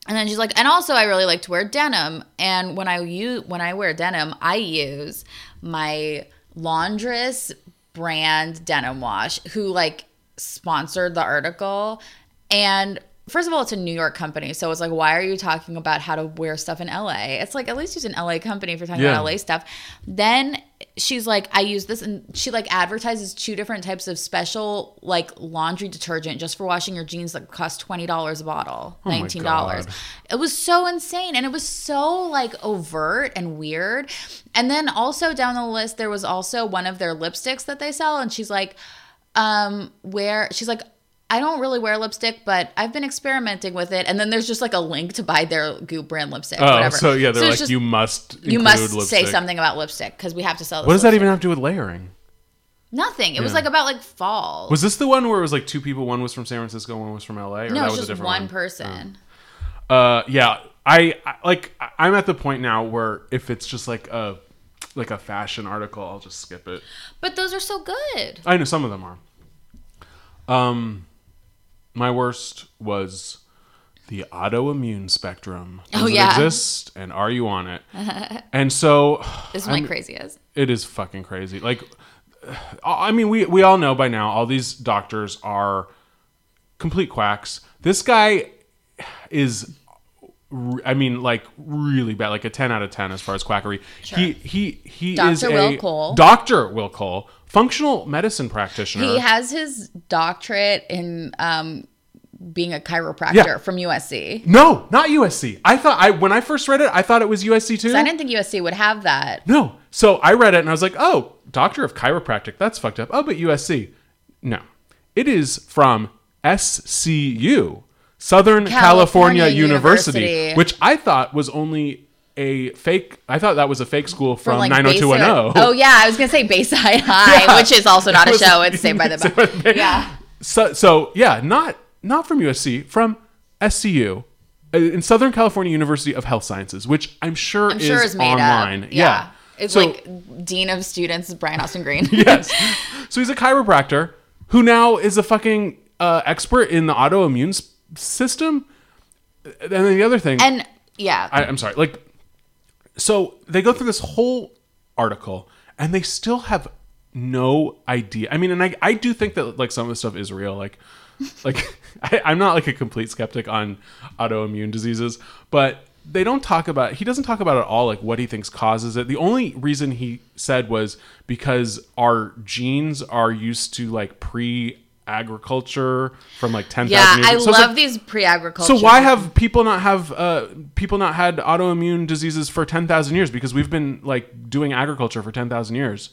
Speaker 3: And then she's like, "And also I really like to wear denim. And when I use when I wear denim, I use my laundress brand denim wash who like sponsored the article and First of all, it's a New York company, so it's like, why are you talking about how to wear stuff in LA? It's like at least use an LA company if you're talking
Speaker 2: Yeah.
Speaker 3: about LA stuff. Then she's like, I use this, and she like advertises two different types of special like laundry detergent just for washing your jeans that cost twenty dollars a bottle,
Speaker 2: my
Speaker 3: nineteen dollars.
Speaker 2: God.
Speaker 3: It was so insane, and it was so like overt and weird. And then also down the list, there was also one of their lipsticks that they sell, and she's like, um, where she's like. I don't really wear lipstick, but I've been experimenting with it. And then there's just like a link to buy their Goop brand lipstick.
Speaker 2: oh,
Speaker 3: whatever.
Speaker 2: so yeah, they're
Speaker 3: it's
Speaker 2: like
Speaker 3: just-
Speaker 2: you must
Speaker 3: you
Speaker 2: include
Speaker 3: must say
Speaker 2: lipstick."
Speaker 3: something about lipstick because we have to sell. This
Speaker 2: What does that even have to do with layering?
Speaker 3: Nothing. It was
Speaker 2: Yeah.
Speaker 3: like about like fall.
Speaker 2: Was this the one where it was like two people? One was from San Francisco, one was from LA. Or
Speaker 3: no,
Speaker 2: that was
Speaker 3: it was
Speaker 2: a
Speaker 3: just
Speaker 2: different
Speaker 3: one person.
Speaker 2: Uh, yeah, I, I like. I- I'm at the point now where if it's just like a like a fashion article, I'll just skip it.
Speaker 3: But those are so good.
Speaker 2: I know some of them are. Um, my worst was the autoimmune spectrum. Does
Speaker 3: Oh,
Speaker 2: it
Speaker 3: yeah.
Speaker 2: exist and are you on it? and so
Speaker 3: This is my craziest.
Speaker 2: it is fucking crazy. Like, I mean, we we all know by now all these doctors are complete quacks. This guy is, r- I mean, like really bad, like a ten out of ten as far as quackery. He he he
Speaker 3: Dr.
Speaker 2: is
Speaker 3: Will
Speaker 2: a
Speaker 3: Cole.
Speaker 2: Doctor Will Cole, functional medicine practitioner.
Speaker 3: He has his doctorate in um, being a chiropractor
Speaker 2: Yeah.
Speaker 3: from USC.
Speaker 2: no, not USC. I thought I when I first read it, I thought it was USC too.
Speaker 3: So I didn't think USC would have that.
Speaker 2: No. So I read it and I was like, oh, doctor of chiropractic. That's fucked up. Oh, but USC. No. It is from SCU, Southern California,
Speaker 3: California
Speaker 2: University,
Speaker 3: University.
Speaker 2: which I thought was only a fake. I thought that was a fake school
Speaker 3: From,
Speaker 2: from
Speaker 3: like, Bayside-
Speaker 2: 90210.
Speaker 3: Oh yeah, I was gonna say Bayside High,
Speaker 2: Yeah.
Speaker 3: which is also not a
Speaker 2: It was-
Speaker 3: show. It's Saved by the
Speaker 2: Saved by
Speaker 3: Bell.
Speaker 2: the Bell.
Speaker 3: Yeah.
Speaker 2: So, so yeah, not not from USC, from SCU. uh, In Southern California University of Health Sciences, which I'm sure,
Speaker 3: I'm
Speaker 2: is,
Speaker 3: sure it's made
Speaker 2: online.
Speaker 3: up.
Speaker 2: Yeah.
Speaker 3: It's
Speaker 2: So-
Speaker 3: like Dean of Students is Brian Austin Green.
Speaker 2: yes. So he's a chiropractor who now is a fucking uh, expert in the autoimmune s- system. And then the other thing,
Speaker 3: And yeah.
Speaker 2: I, I'm sorry, like, so they go through this whole article and they still have no idea. I mean, and I, I do think that like some of the stuff is real. Like, like I, I'm not like a complete skeptic on autoimmune diseases, but they don't talk about he doesn't talk about at all like what he thinks causes it. The only reason he said was because our genes are used to like pre agriculture from like 10,000
Speaker 3: Yeah,
Speaker 2: years
Speaker 3: I
Speaker 2: ago. So it's
Speaker 3: love
Speaker 2: like-
Speaker 3: these pre-agriculture.
Speaker 2: So why have people not have uh, people not had autoimmune diseases for 10,000 years because we've been like doing agriculture for 10,000 years.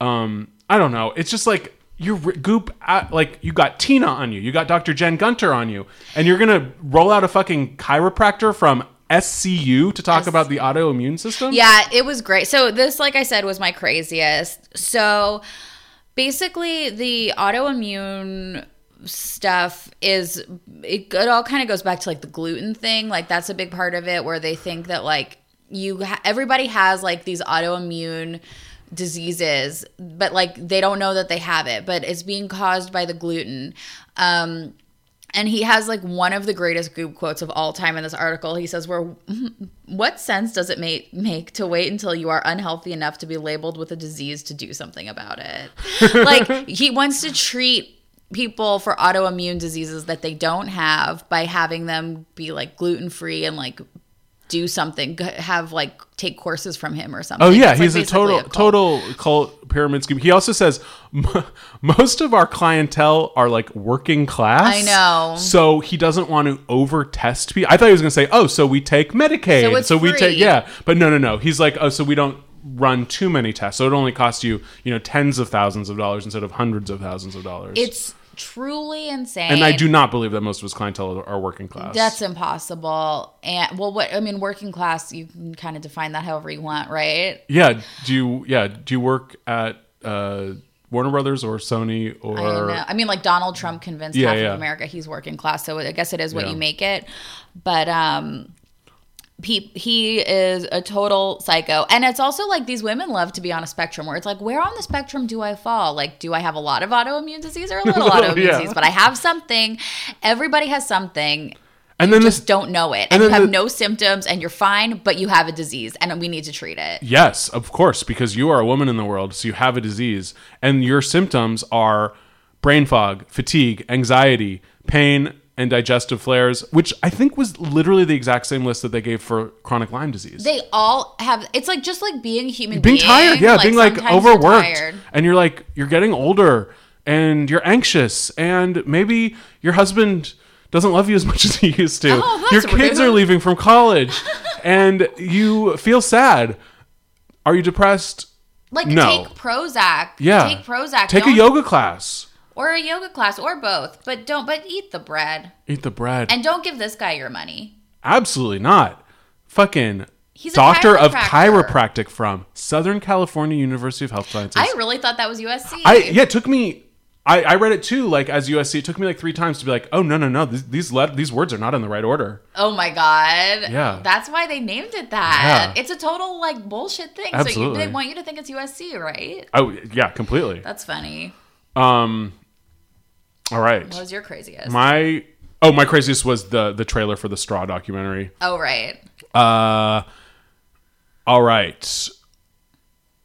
Speaker 2: Um I don't know. It's just like you re- goop at, like you got Tina on you. You got Dr. Jen Gunter on you and you're going to roll out a fucking chiropractor from SCU to talk about the autoimmune system?
Speaker 3: Yeah, it was great. So this, like I said, was my craziest. So basically, the autoimmune stuff is it, it all kind of goes back to like the gluten thing. Like that's a big part of it, where they think that like you ha- everybody has like these autoimmune diseases, but like they don't know that they have it, but it's being caused by the gluten. Um, and he has like one of the greatest goop quotes of all time in this article. He says, "We're what sense does it make make to wait until you are unhealthy enough to be labeled with a disease to do something about it? like he wants to treat people for autoimmune diseases that they don't have by having them be like gluten free and like do something, g- have like take courses from him or something.
Speaker 2: Oh yeah,
Speaker 3: It's, like,
Speaker 2: he's a
Speaker 3: basically
Speaker 2: total
Speaker 3: cult.
Speaker 2: total cult pyramid scheme. He also says "M- most of our clientele are like working class.
Speaker 3: I know.
Speaker 2: So he doesn't want to over test people. I thought he was going to say, "Oh, so we take Medicaid."
Speaker 3: So it's
Speaker 2: we
Speaker 3: free.
Speaker 2: take yeah, but no, no, no. He's like, "Oh, so we don't run too many tests. So it only costs you, you know, tens of thousands of dollars instead of hundreds of thousands of dollars."
Speaker 3: It's truly insane.
Speaker 2: and I do not believe that most of his clientele are working class.
Speaker 3: That's impossible. And well, what I mean, working class, you can kind of define that however you want, right?
Speaker 2: yeah. Do you yeah, do you work at uh Warner Brothers or Sony or
Speaker 3: I don't know. I mean, like Donald Trump convinced
Speaker 2: Yeah,
Speaker 3: half
Speaker 2: yeah.
Speaker 3: of America he's working class, so I guess it is what
Speaker 2: Yeah.
Speaker 3: you make it. But um, he he is a total psycho, and it's also like these women love to be on a spectrum where it's like, where on the spectrum do I fall? Like, do I have a lot of autoimmune disease or a little autoimmune
Speaker 2: Yeah.
Speaker 3: disease? But I have something. Everybody has something.
Speaker 2: And then this
Speaker 3: Just don't know it,
Speaker 2: and
Speaker 3: and, you
Speaker 2: then
Speaker 3: have
Speaker 2: the-
Speaker 3: no symptoms, and you're fine, but you have a disease, and we need to treat it.
Speaker 2: Yes, of course, because you are a woman in the world, so you have a disease, and your symptoms are brain fog, fatigue, anxiety, pain, and digestive flares, which I think was literally the exact same list that they gave for chronic Lyme disease.
Speaker 3: They all have. It's like just like being human.
Speaker 2: being tired, yeah, being like
Speaker 3: sometimes you're
Speaker 2: overworked,
Speaker 3: tired.
Speaker 2: and you're like you're getting older, and you're anxious, and maybe your husband doesn't love you as much as he used to.
Speaker 3: Oh, that's
Speaker 2: your kids
Speaker 3: rude.
Speaker 2: are leaving from college, and you feel sad. Are you depressed?
Speaker 3: Like
Speaker 2: No.
Speaker 3: take Prozac.
Speaker 2: Yeah.
Speaker 3: Take Prozac.
Speaker 2: Take a
Speaker 3: don't-
Speaker 2: yoga class.
Speaker 3: or a yoga class or both, but don't but eat the bread
Speaker 2: Eat the bread.
Speaker 3: and don't give this guy your money.
Speaker 2: Absolutely not. Fucking
Speaker 3: He's a
Speaker 2: doctor of
Speaker 3: chiropractor.
Speaker 2: chiropractic from Southern California University of Health Sciences.
Speaker 3: I really thought that was USC.
Speaker 2: I yeah, it took me. I, I read it too, like as USC. It took me like three times to be like, oh no no no, these these, le- these words are not in the right order.
Speaker 3: oh my god.
Speaker 2: Yeah.
Speaker 3: That's why they named it that.
Speaker 2: Yeah.
Speaker 3: It's a total like bullshit thing. So you,
Speaker 2: Absolutely.
Speaker 3: they want you to think it's USC, right?
Speaker 2: Oh yeah, completely.
Speaker 3: That's funny.
Speaker 2: Um, all right.
Speaker 3: What was your craziest?
Speaker 2: My oh my craziest was the the trailer for the Straw documentary.
Speaker 3: oh right.
Speaker 2: Uh, all right.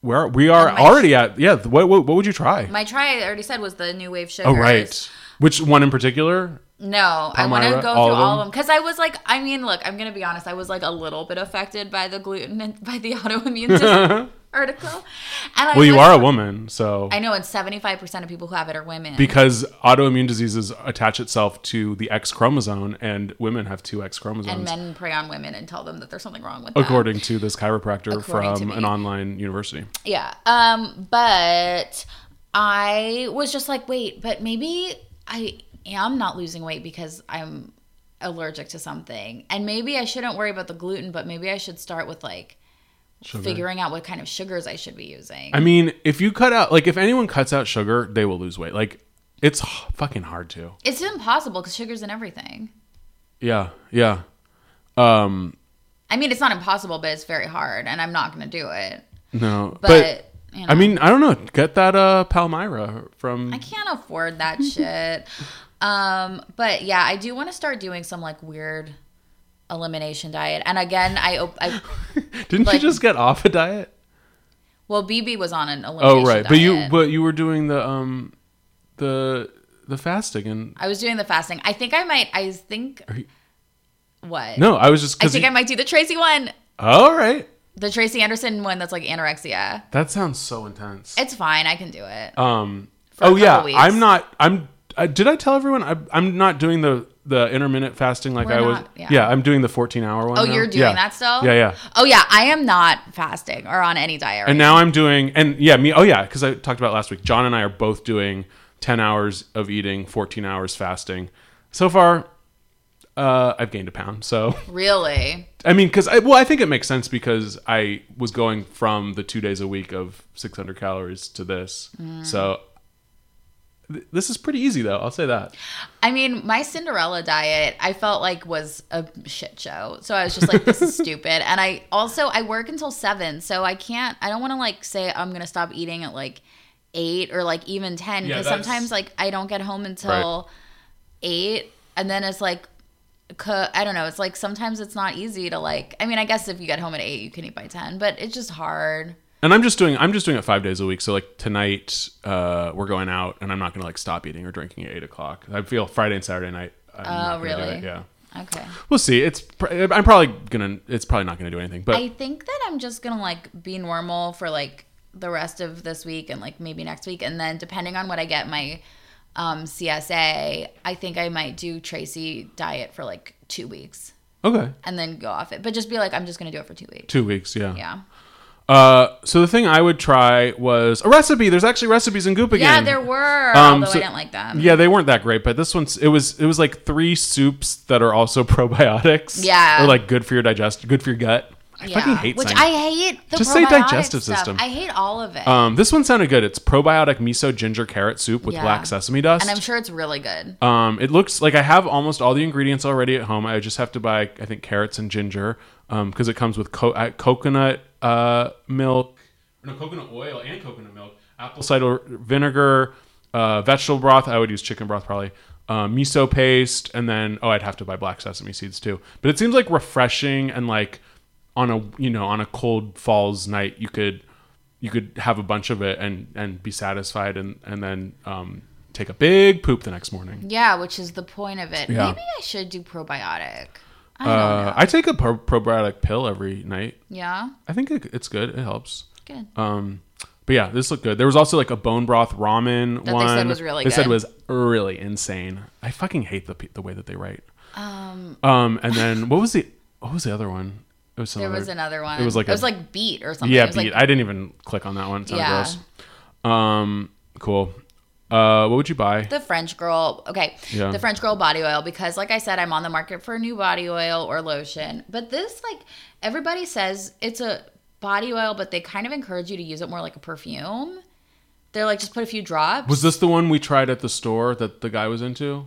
Speaker 2: Where we are
Speaker 3: my-
Speaker 2: already at? Yeah. th- What, what what would you try?
Speaker 3: My try I already said was the new wave sugar.
Speaker 2: oh right. Which one in particular?
Speaker 3: No, I want to
Speaker 2: Palmyra,
Speaker 3: go
Speaker 2: all
Speaker 3: through
Speaker 2: of
Speaker 3: all of
Speaker 2: them?
Speaker 3: them because I was like, I mean, look, I'm gonna be honest. I was like a little bit affected by the gluten and by the autoimmune disease article. And I
Speaker 2: Well, you
Speaker 3: was-
Speaker 2: are a woman, so
Speaker 3: I know, and 75 percent of people who have it are women.
Speaker 2: because autoimmune diseases attach itself to the X chromosome, and women have two X chromosomes,
Speaker 3: and men prey on women and tell them that there's something wrong with them.
Speaker 2: according to this chiropractor
Speaker 3: According to
Speaker 2: from
Speaker 3: me.
Speaker 2: an online university.
Speaker 3: Yeah. Um, but I was just like, wait, but maybe I am not losing weight because I'm allergic to something. And maybe I shouldn't worry about the gluten, but maybe I should start with like figuring out what kind of sugars I should be using.
Speaker 2: I mean, if you cut out, like, if anyone cuts out sugar, they will lose weight. Like, it's h- fucking hard to.
Speaker 3: it's impossible because sugar's in everything.
Speaker 2: Yeah, yeah. Um,
Speaker 3: I mean, it's not impossible, but it's very hard, and I'm not going to do it.
Speaker 2: no, but,
Speaker 3: But, you know.
Speaker 2: I mean, I don't know. Get that uh Palmyra from.
Speaker 3: I can't afford that shit. Um, but yeah, I do want to start doing some like weird elimination diet. And again, I, op- I
Speaker 2: Didn't you
Speaker 3: like-
Speaker 2: just get off a diet?
Speaker 3: well, BB was on an elimination.
Speaker 2: Oh right,
Speaker 3: diet.
Speaker 2: but you but you were doing the um the the fasting and
Speaker 3: I was doing the fasting. I think I might. I think
Speaker 2: you-
Speaker 3: what?
Speaker 2: no, I was just
Speaker 3: I
Speaker 2: 'cause
Speaker 3: think
Speaker 2: you-
Speaker 3: I might do the Tracy one,
Speaker 2: All right,
Speaker 3: the Tracy Anderson one. That's like anorexia.
Speaker 2: that sounds so intense.
Speaker 3: It's fine. I can do it.
Speaker 2: um.
Speaker 3: a
Speaker 2: Oh yeah,
Speaker 3: couple weeks.
Speaker 2: I'm not. I'm I, did I tell everyone I, I'm not doing the the intermittent fasting like
Speaker 3: We're
Speaker 2: I was?
Speaker 3: not,
Speaker 2: yeah.
Speaker 3: yeah.
Speaker 2: I'm doing the 14 hour one.
Speaker 3: Oh,
Speaker 2: now.
Speaker 3: you're doing
Speaker 2: Yeah.
Speaker 3: that still?
Speaker 2: Yeah, yeah.
Speaker 3: Oh yeah, I am not fasting or on any diet.
Speaker 2: And now I'm doing, and yeah, me. Oh yeah, because I talked about it last week. John and I are both doing 10 hours of eating, 14 hours fasting. So far, uh, I've gained a pound. So
Speaker 3: really?
Speaker 2: I mean, because I well, I think it makes sense because I was going from the two days a week of 600 calories to this.
Speaker 3: Mm.
Speaker 2: So th- this is pretty easy, though. I'll say that.
Speaker 3: I mean, my Cinderella diet, I felt like was a shit show. So I was just like, this is stupid. And I also I work until seven, so I can't. I don't want to like say I'm gonna stop eating at like eight or like even ten
Speaker 2: Yeah,
Speaker 3: because
Speaker 2: that's-
Speaker 3: sometimes like I don't get home until eight, and then it's like. co- I don't know. It's like sometimes it's not easy to like. I mean, I guess if you get home at eight, you can eat by ten, but it's just hard.
Speaker 2: And I'm just doing I'm just doing it five days a week. So like tonight, uh, we're going out, and I'm not gonna like stop eating or drinking at eight o'clock. I feel Friday and Saturday night. I'm not
Speaker 3: Oh,
Speaker 2: gonna do
Speaker 3: really?
Speaker 2: it, Yeah.
Speaker 3: Okay.
Speaker 2: We'll see. It's pr- I'm probably gonna. It's probably not gonna do anything. But
Speaker 3: I think that I'm just gonna like be normal for like the rest of this week and like maybe next week, and then depending on what I get my um, CSA, I think I might do Tracy diet for like two weeks
Speaker 2: okay,
Speaker 3: and then go off it. But just be like, I'm just gonna do it for two weeks.
Speaker 2: two weeks. Yeah.
Speaker 3: Yeah.
Speaker 2: Uh, so the thing I would try was a recipe. There's actually recipes in Goop
Speaker 3: Yeah,
Speaker 2: again.
Speaker 3: there were,
Speaker 2: Um,
Speaker 3: although
Speaker 2: so-
Speaker 3: I didn't like them.
Speaker 2: Yeah, they weren't that great, but this one's it was it was like three soups that are also probiotics.
Speaker 3: Yeah.
Speaker 2: or like good for your digest, good for your gut. I fucking hate
Speaker 3: Which
Speaker 2: science.
Speaker 3: I hate. The
Speaker 2: Just say
Speaker 3: probiotic
Speaker 2: digestive
Speaker 3: stuff.
Speaker 2: system.
Speaker 3: I hate all of it,
Speaker 2: Um, this one sounded good. It's probiotic miso ginger carrot soup with
Speaker 3: Yeah.
Speaker 2: black sesame dust.
Speaker 3: and I'm sure it's really good.
Speaker 2: um, it looks like I have almost all the ingredients already at home. I just have to buy, I think, carrots and ginger because it comes with co- uh, coconut uh, milk, no coconut oil and coconut milk, apple cider vinegar, uh, vegetable broth. I would use chicken broth probably. Uh, miso paste, and then oh, I'd have to buy black sesame seeds too. But it seems like refreshing and like on a you know on a cold falls night you could you could have a bunch of it and and be satisfied and and then um, take a big poop the next morning.
Speaker 3: yeah, which is the point of it.
Speaker 2: Yeah.
Speaker 3: Maybe I should do probiotic. I don't
Speaker 2: Uh,
Speaker 3: know.
Speaker 2: I take a pro- probiotic pill every night.
Speaker 3: Yeah,
Speaker 2: I think it, it's good. It helps.
Speaker 3: good.
Speaker 2: Um, but yeah, this looked good. There was also like a bone broth ramen
Speaker 3: That they
Speaker 2: one.
Speaker 3: said was really
Speaker 2: They said
Speaker 3: good.
Speaker 2: was really insane. I fucking hate the pe- the way that they write. Um, um, and then what was the what was the other one? It was some
Speaker 3: There
Speaker 2: other-
Speaker 3: was another one.
Speaker 2: It was like
Speaker 3: it
Speaker 2: a-
Speaker 3: was like beat or something.
Speaker 2: Yeah,
Speaker 3: it was
Speaker 2: beet.
Speaker 3: Like,
Speaker 2: I didn't even click on that one. It sounded
Speaker 3: Yeah.
Speaker 2: gross. Um, cool. Uh, what would you buy?
Speaker 3: the French girl. Okay,
Speaker 2: Yeah.
Speaker 3: the French girl body oil because, like I said, I'm on the market for a new body oil or lotion. But this, like, everybody says it's a body oil, but they kind of encourage you to use it more like a perfume. They're like, just put a few drops.
Speaker 2: was this the one we tried at the store that the guy was into?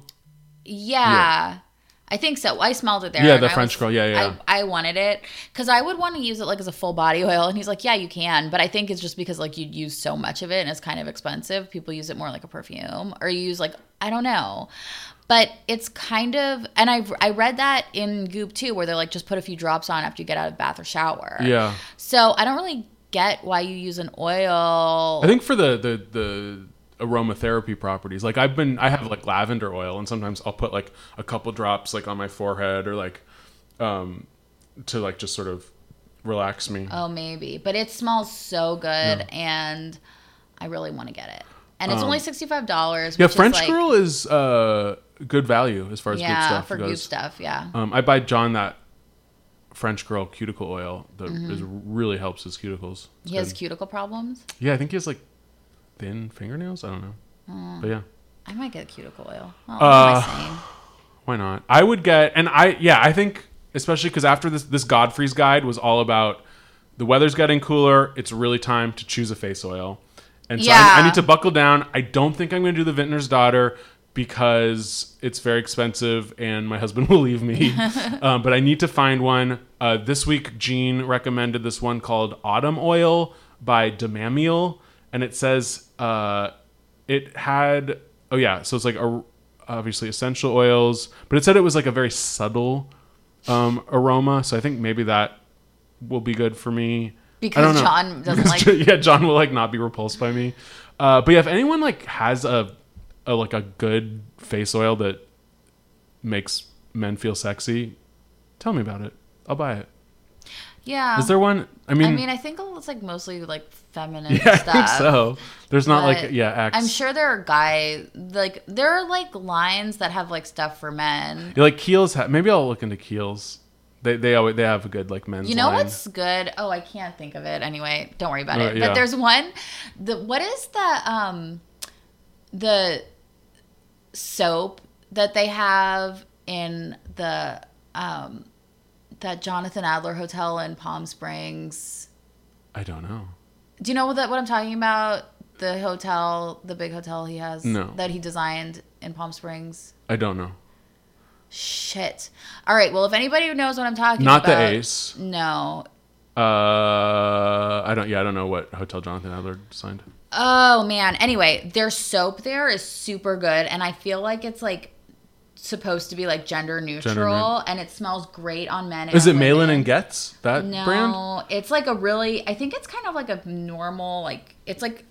Speaker 3: yeah. I think so. I smelled it there.
Speaker 2: Yeah,
Speaker 3: and
Speaker 2: the
Speaker 3: I
Speaker 2: French girl. Yeah, yeah, yeah.
Speaker 3: I, I wanted it because I would want to use it like as a full body oil. And he's like, yeah, you can. But I think it's just because like you use so much of it and it's kind of expensive. People use it more like a perfume or you use like, I don't know. But it's kind of, and I I read that in Goop too, where they're like, just put a few drops on after you get out of bath or shower.
Speaker 2: Yeah.
Speaker 3: So I don't really get why you use an oil.
Speaker 2: I think for the the the aromatherapy properties, like I've been, I have like lavender oil, and sometimes I'll put like a couple drops like on my forehead or like, um, to like just sort of relax me.
Speaker 3: Oh, maybe. But it smells so good, and I really want to get it. And it's only sixty-five dollars.
Speaker 2: Um, yeah, French
Speaker 3: is like,
Speaker 2: Girl is uh good value as far as good
Speaker 3: Yeah,
Speaker 2: stuff
Speaker 3: for
Speaker 2: goes.
Speaker 3: goop stuff. Yeah.
Speaker 2: Um, I buy John that French Girl cuticle oil that
Speaker 3: Mm-hmm.
Speaker 2: is, really helps his cuticles. It's
Speaker 3: he has
Speaker 2: good.
Speaker 3: cuticle problems.
Speaker 2: yeah, I think he has like thin fingernails. I don't know,
Speaker 3: Mm.
Speaker 2: but yeah.
Speaker 3: I might get cuticle oil. Oh,
Speaker 2: Uh,
Speaker 3: what am I saying?
Speaker 2: Why not? I would get, and I yeah, I think especially because after this this Godfrey's guide was all about the weather's getting cooler. It's really time to choose a face oil, and so I- I,
Speaker 3: Yeah.
Speaker 2: need to buckle down. I don't think I'm going to do the Vintner's Daughter because it's very expensive and my husband will leave me. um, but I need to find one. Uh, this week, Jean recommended this one called Autumn Oil by Demamiel, and it says. Uh, it had oh yeah so it's like a, obviously essential oils but it said it was like a very subtle um, aroma so i think maybe that will be good for me I don't
Speaker 3: Because
Speaker 2: know.
Speaker 3: John doesn't like.
Speaker 2: yeah john will like not be repulsed by me uh, but yeah if anyone like has a, a like a good face oil that makes men feel sexy tell me about it i'll buy it
Speaker 3: Yeah.
Speaker 2: Is there one? I mean,
Speaker 3: Ah. I mean, I think it's like mostly like feminine
Speaker 2: yeah, I
Speaker 3: stuff.
Speaker 2: think so. There's not like
Speaker 3: But
Speaker 2: yeah, acts.
Speaker 3: I'm sure there are guys like there are like lines that have like stuff for men.
Speaker 2: Yeah, like Keels. Ha- maybe I'll look into Keels. They they always they have a good like men's.
Speaker 3: You know
Speaker 2: line.
Speaker 3: what's good? Oh, I can't think of it. Anyway, don't worry about
Speaker 2: Uh,
Speaker 3: it.
Speaker 2: yeah.
Speaker 3: But there's one. The what is the um the soap that they have in the um that Jonathan Adler Hotel in Palm Springs?
Speaker 2: I don't know.
Speaker 3: Do you know what that what I'm talking about? The hotel, the big hotel he has
Speaker 2: No.
Speaker 3: that he designed in Palm Springs.
Speaker 2: I don't know.
Speaker 3: Shit. All right. Well, if anybody knows what I'm talking
Speaker 2: Not
Speaker 3: about,
Speaker 2: the Ace.
Speaker 3: No.
Speaker 2: Uh, I don't. Yeah, I don't know what Hotel Jonathan Adler signed.
Speaker 3: Oh man. Anyway, their soap there is super good, and I feel like it's like supposed to be like gender neutral,
Speaker 2: neutral.
Speaker 3: and it smells great on men. And
Speaker 2: Is it
Speaker 3: on
Speaker 2: Malin
Speaker 3: women.
Speaker 2: and Getz that
Speaker 3: No,
Speaker 2: brand?
Speaker 3: it's like a really. I think it's kind of like a normal, like it's like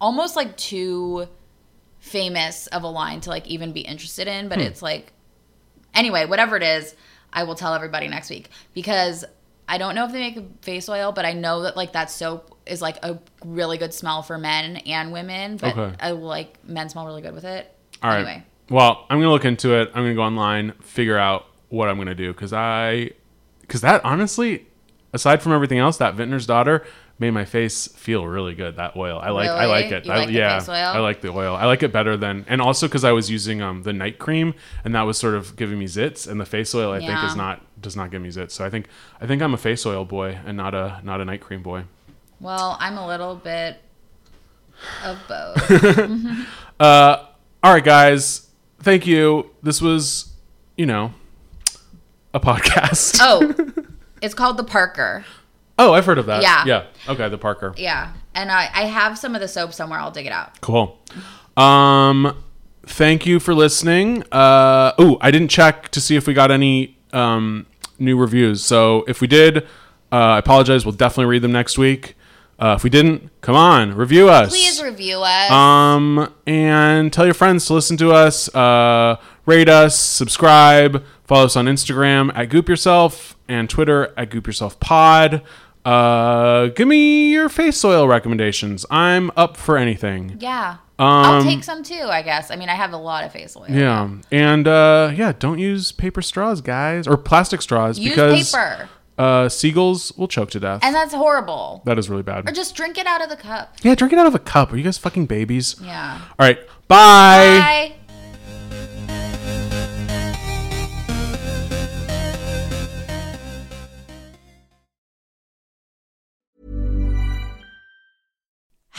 Speaker 3: almost like too famous of a line to like even be interested in.
Speaker 2: Hmm.
Speaker 3: But it's like anyway, whatever it is, I will tell everybody next week because I don't know if they make a face oil, but I know that like that soap is like a really good smell for men and women. But
Speaker 2: Okay.
Speaker 3: I like men smell really good with it.
Speaker 2: All right.
Speaker 3: Anyway,
Speaker 2: Well, I'm gonna look into it. I'm gonna go online, figure out what I'm gonna do because I, because that honestly, aside from everything else, that Vintner's daughter made my face feel really good. That oil, I like. I
Speaker 3: Really?
Speaker 2: like it.
Speaker 3: You
Speaker 2: I,
Speaker 3: like the
Speaker 2: yeah,
Speaker 3: face oil?
Speaker 2: I like the oil. I like it better than, and also because I was using um the night cream, and that was sort of giving me zits, and the face oil I think
Speaker 3: Yeah.
Speaker 2: is not does not give me zits. So I think I think I'm a face oil boy and not a not a night cream boy.
Speaker 3: well, I'm a little bit of both.
Speaker 2: All right, guys. Thank you. This was, you know, a podcast.
Speaker 3: oh, it's called the Parker.
Speaker 2: Oh, I've heard of that.
Speaker 3: Yeah.
Speaker 2: Yeah. Okay, the Parker.
Speaker 3: Yeah. And I, I have some of the soap somewhere. I'll dig it out.
Speaker 2: Cool. Um thank you for listening. Uh oh, I didn't check to see if we got any um new reviews. So if we did, uh, I apologize. We'll definitely read them next week. Uh, if we didn't, come on, review us.
Speaker 3: Please review us.
Speaker 2: Um, and tell your friends to listen to us, uh, rate us, subscribe, follow us on Instagram at Goop Yourself and Twitter at Goop Yourself Pod. Uh, give me your face oil recommendations. I'm up for anything.
Speaker 3: yeah. I'll take some too, I guess. I mean, I have a lot of face oil.
Speaker 2: um, Yeah, and uh, yeah, don't use paper straws, guys, or plastic straws
Speaker 3: Use
Speaker 2: because
Speaker 3: paper.
Speaker 2: Uh, seagulls will choke to death.
Speaker 3: And that's horrible.
Speaker 2: that is really bad.
Speaker 3: Or just drink it out of the cup.
Speaker 2: yeah, drink it out of a cup. Are you guys fucking babies?
Speaker 3: Yeah.
Speaker 2: All right,
Speaker 3: Bye.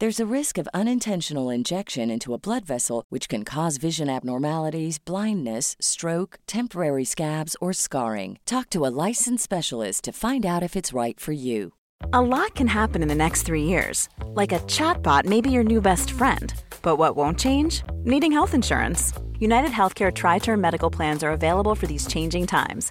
Speaker 4: There's a risk of unintentional injection into a blood vessel, which can cause vision abnormalities, blindness, stroke, temporary scabs, or scarring. Talk to a licensed specialist to find out if it's right for you.
Speaker 5: A lot can happen in the next three years. Like a chatbot may be your new best friend. But what won't change? Needing health insurance. United Healthcare Tri Term Medical Plans are available for these changing times.